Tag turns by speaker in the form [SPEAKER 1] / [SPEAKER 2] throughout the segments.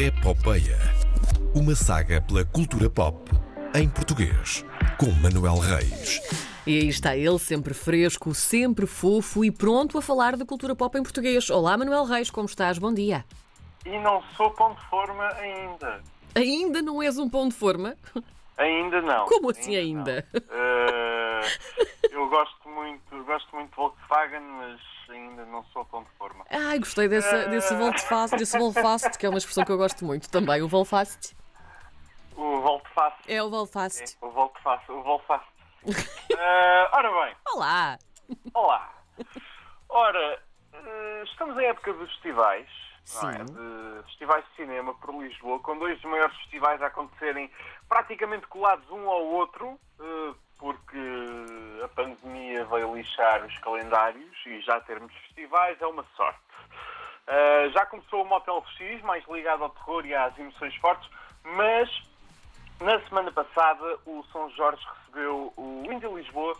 [SPEAKER 1] Epopeia. Uma saga pela cultura pop em português, com Manuel Reis.
[SPEAKER 2] E aí está ele, sempre fresco, sempre fofo e pronto a falar de cultura pop em português. Olá, Manuel Reis, como estás? Bom dia.
[SPEAKER 3] E não sou pão de forma ainda.
[SPEAKER 2] Ainda não és um pão de forma?
[SPEAKER 3] Ainda não.
[SPEAKER 2] Como assim ainda?
[SPEAKER 3] não. Eh, eu gosto muito, gosto muito de Volkswagen, mas ainda não sou pão de forma.
[SPEAKER 2] Ai, gostei dessa, desse Volfast, desse Volfast, que é uma expressão que eu gosto muito também. O Volfast.
[SPEAKER 3] O Volkswagen.
[SPEAKER 2] É o Volfast.
[SPEAKER 3] O Volkswagen. O Volkswagen. Eh, ora bem,
[SPEAKER 2] Olá!
[SPEAKER 3] olá. Ora, eh, estamos em época dos festivais. não é?
[SPEAKER 2] Sim.
[SPEAKER 3] De festivais de cinema por Lisboa, com dois dos maiores festivais a acontecerem praticamente colados um ao outro, eh, porque a pandemia veio lixar os calendários e já termos festivais é uma sorte. Eh, já começou o Motel X, mais ligado ao terror e às emoções fortes, mas na semana passada o São Jorge recebeu o Índia Lisboa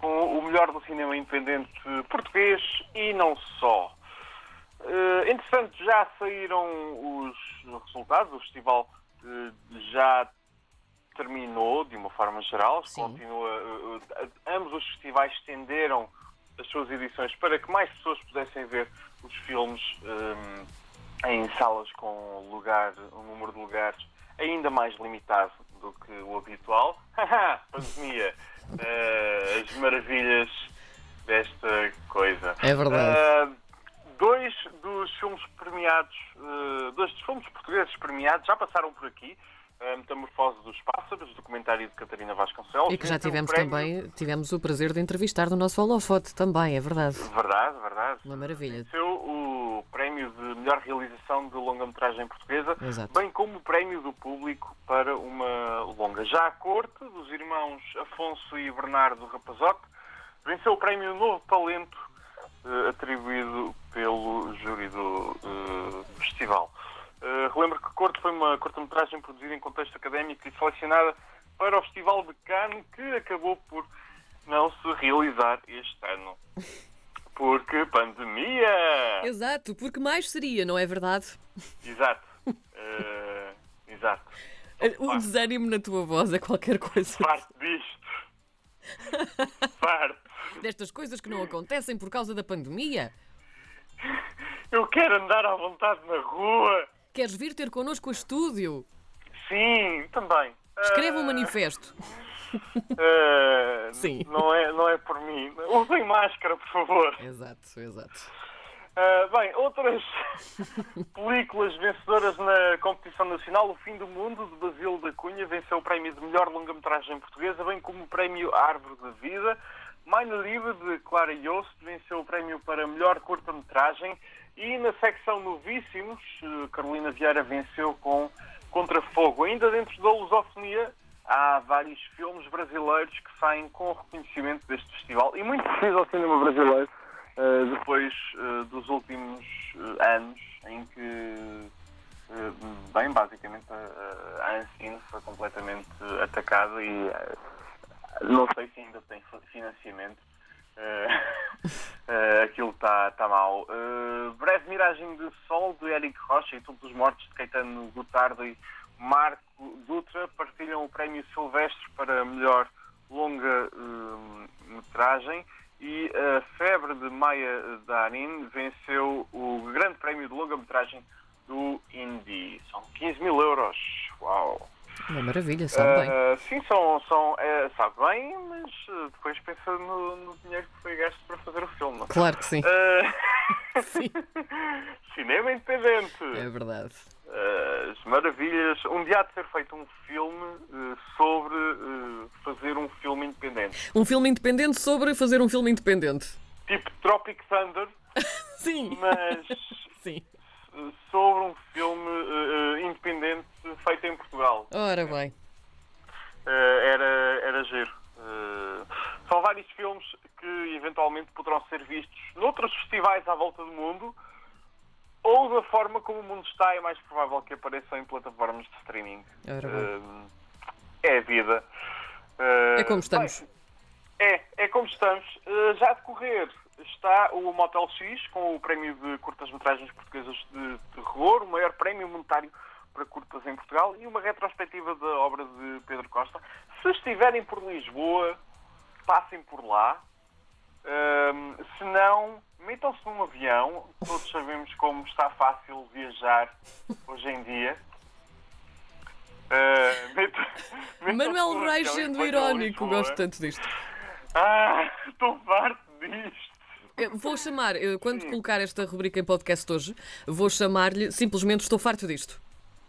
[SPEAKER 3] com o melhor do cinema independente português e não só. Eh, entretanto, já saíram os resultados. O festival eh, já terminou de uma forma geral.
[SPEAKER 2] Sim.
[SPEAKER 3] Continua, eh, eh, ambos os festivais estenderam as suas edições para que mais pessoas pudessem ver os filmes eh, em salas com lugar, um número de lugares ainda mais limitado do que o habitual. Haha, Pandemia! Eh, as maravilhas desta coisa.
[SPEAKER 2] É verdade.
[SPEAKER 3] Ah, dois dos filmes premiados, ah, dois dos filmes portugueses premiados já passaram por aqui. A Metamorfose dos Pássaros, documentário de Catarina Vasconcelos.
[SPEAKER 2] E que já
[SPEAKER 3] venceu o
[SPEAKER 2] tivemos
[SPEAKER 3] prémio-
[SPEAKER 2] também, tivemos o prazer de entrevistar no nosso holofote também, é verdade.
[SPEAKER 3] Verdade, verdade.
[SPEAKER 2] Uma maravilha.
[SPEAKER 3] Venceu o prémio de melhor realização de longa-metragem portuguesa,
[SPEAKER 2] Exato.
[SPEAKER 3] bem como o prémio do público para uma longa. Já a corte dos irmãos Afonso e Bernardo Rapazote venceu o prémio Novo Talento, eh, atribuído pelo júri do eh, festival. Eh, relembro que Corte foi uma cortometragem produzida em contexto académico e selecionada para o Festival de Cannes, que acabou por não se realizar este ano. Porque pandemia!
[SPEAKER 2] Exato, porque mais seria, não é verdade?
[SPEAKER 3] Exato. Eh, exato.
[SPEAKER 2] O desânimo na tua voz é qualquer coisa.
[SPEAKER 3] Parte disto. Parte.
[SPEAKER 2] Destas coisas que não acontecem por causa da pandemia.
[SPEAKER 3] Eu quero andar à vontade na rua.
[SPEAKER 2] Queres vir ter connosco a estúdio?
[SPEAKER 3] Sim, também.
[SPEAKER 2] Escreva um
[SPEAKER 3] Ah,
[SPEAKER 2] manifesto.
[SPEAKER 3] ah,
[SPEAKER 2] Sim.
[SPEAKER 3] Não é, não é por mim. Usem máscara, por favor.
[SPEAKER 2] Exato, exato.
[SPEAKER 3] Ah, bem, outras películas vencedoras na competição nacional, O Fim do Mundo, de Basílio da Cunha, venceu o prémio de melhor longa-metragem portuguesa, bem como o prémio Árvore da Vida. Mine Libre, de Clara Yost, venceu o prémio para melhor curta-metragem. E na secção Novíssimos, eh, Carolina Vieira venceu com Contrafogo. Ainda dentro da lusofonia, há vários filmes brasileiros que saem com o reconhecimento deste festival. E muito preciso ao cinema brasileiro. Uh, depois uh, dos últimos uh, anos em que, uh, bem, basicamente, eh, a, a Ancine foi completamente atacada e uh, não sei se ainda tem fu- financiamento. Uh, uh, aquilo está tá mal. Uh, breve Miragem de Sol de Eric Rocha e Todos os Mortos de Caetano Gotardo e Marco Dutra partilham o prémio Silvestre para melhor longa hum, metragem e a Febre de Maia Darin venceu o grande prémio de longa metragem do Indy. São 15 mil euros. Uau!
[SPEAKER 2] Uma maravilha, sabe bem.
[SPEAKER 3] Ah, sim, são, são eh, sabe bem, mas eh, depois pensa no, no dinheiro que foi gasto para fazer o filme.
[SPEAKER 2] Claro que sim.
[SPEAKER 3] Ah,
[SPEAKER 2] Sim,
[SPEAKER 3] cinema independente. Eh,
[SPEAKER 2] é verdade.
[SPEAKER 3] As maravilhas. Um dia há de ser feito um filme eh, sobre eh, fazer um filme independente.
[SPEAKER 2] Um filme independente sobre fazer um filme independente.
[SPEAKER 3] Tipo Tropic Thunder,
[SPEAKER 2] Sim,
[SPEAKER 3] mas
[SPEAKER 2] sim.
[SPEAKER 3] eh, sobre um filme eh, eh, independente feito em Portugal.
[SPEAKER 2] Ora bem.
[SPEAKER 3] Eh, era, era giro. Eh, são vários filmes que eventualmente poderão ser vistos noutros festivais à volta do mundo ou da forma como o mundo está é mais provável que apareçam em plataformas de streaming.
[SPEAKER 2] Ora
[SPEAKER 3] Eh, é a vida. Eh,
[SPEAKER 2] É como estamos.
[SPEAKER 3] bem, é, é como estamos. Eh, já a decorrer está o Motel X, com o prémio de curtas-metragens portuguesas de terror, o maior prémio monetário para curtas em Portugal e uma retrospectiva da obra de Pedro Costa. Se estiverem por Lisboa, passem por lá. Hum, se não, metam-se num avião. Todos sabemos como está fácil viajar hoje em dia. Uh, metam- metam-se
[SPEAKER 2] Manuel
[SPEAKER 3] num
[SPEAKER 2] Reis
[SPEAKER 3] avião e
[SPEAKER 2] sendo
[SPEAKER 3] venham a
[SPEAKER 2] irónico,
[SPEAKER 3] Lisboa.
[SPEAKER 2] gosto tanto disto.
[SPEAKER 3] Ah, estou farto disto.
[SPEAKER 2] Eu Vou chamar, eh, quando colocar esta rubrica em podcast hoje, vou chamar-lhe simplesmente estou farto disto.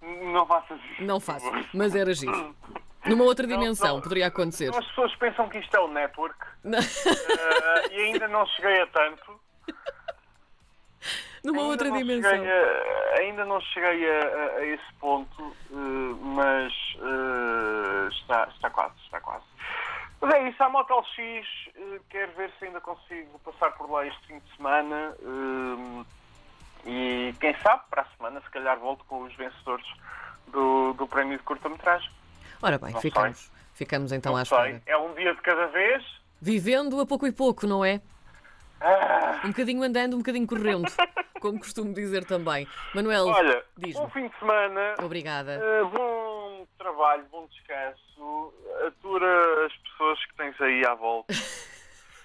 [SPEAKER 3] Não faças isso.
[SPEAKER 2] Não
[SPEAKER 3] por
[SPEAKER 2] faço,
[SPEAKER 3] favor.
[SPEAKER 2] mas era giro. Numa outra
[SPEAKER 3] Não,
[SPEAKER 2] dimensão,
[SPEAKER 3] não.
[SPEAKER 2] poderia acontecer.
[SPEAKER 3] As pessoas pensam que isto é o network
[SPEAKER 2] Não.
[SPEAKER 3] eh, e ainda não cheguei a tanto.
[SPEAKER 2] Numa
[SPEAKER 3] ainda
[SPEAKER 2] outra
[SPEAKER 3] não
[SPEAKER 2] dimensão.
[SPEAKER 3] cheguei a- ainda não cheguei a, a- a esse ponto, eh, mas eh, está, está quase, está quase. Mas é isso, a Motel X, eh, quero ver se ainda consigo passar por lá este fim de semana. eh, e quem sabe, para a semana, se calhar volto com os vencedores do, do prémio de curta-metragem.
[SPEAKER 2] Ora bem,
[SPEAKER 3] Não
[SPEAKER 2] ficamos. Ficamos então à
[SPEAKER 3] Não
[SPEAKER 2] espera.
[SPEAKER 3] sei, é um dia de cada vez.
[SPEAKER 2] Vivendo a pouco e pouco, não é?
[SPEAKER 3] Ah,
[SPEAKER 2] Um bocadinho andando, um bocadinho correndo, como costumo dizer também. Manuel,
[SPEAKER 3] Olha,
[SPEAKER 2] diz-me.
[SPEAKER 3] bom fim de semana.
[SPEAKER 2] Obrigada.
[SPEAKER 3] Uh, bom trabalho, bom descanso. Atura as pessoas que tens aí à volta.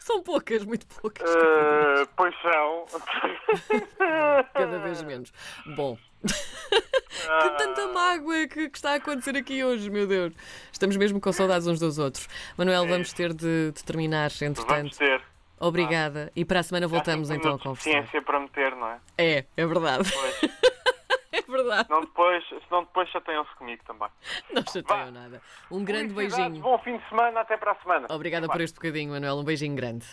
[SPEAKER 2] São poucas, muito poucas,
[SPEAKER 3] Uh, pois são.
[SPEAKER 2] cada vez menos. Bom. que tanta mágoa que, que está a acontecer aqui hoje, meu Deus. Estamos mesmo com saudades uns dos outros. Manuel, vamos ter de, de terminar,
[SPEAKER 3] Vamos
[SPEAKER 2] entretanto.
[SPEAKER 3] ter.
[SPEAKER 2] Obrigada. E para a semana voltamos então a conversar.
[SPEAKER 3] Ciência para meter, não é?
[SPEAKER 2] É, é verdade.
[SPEAKER 3] Pois.
[SPEAKER 2] É verdade.
[SPEAKER 3] Não depois, senão depois chateiam-se comigo também.
[SPEAKER 2] Não chateiam nada. Um grande
[SPEAKER 3] Felicidades,
[SPEAKER 2] beijinho.
[SPEAKER 3] Bom fim de semana, até para a semana.
[SPEAKER 2] Obrigada por este bocadinho, Manuel. Um beijinho grande.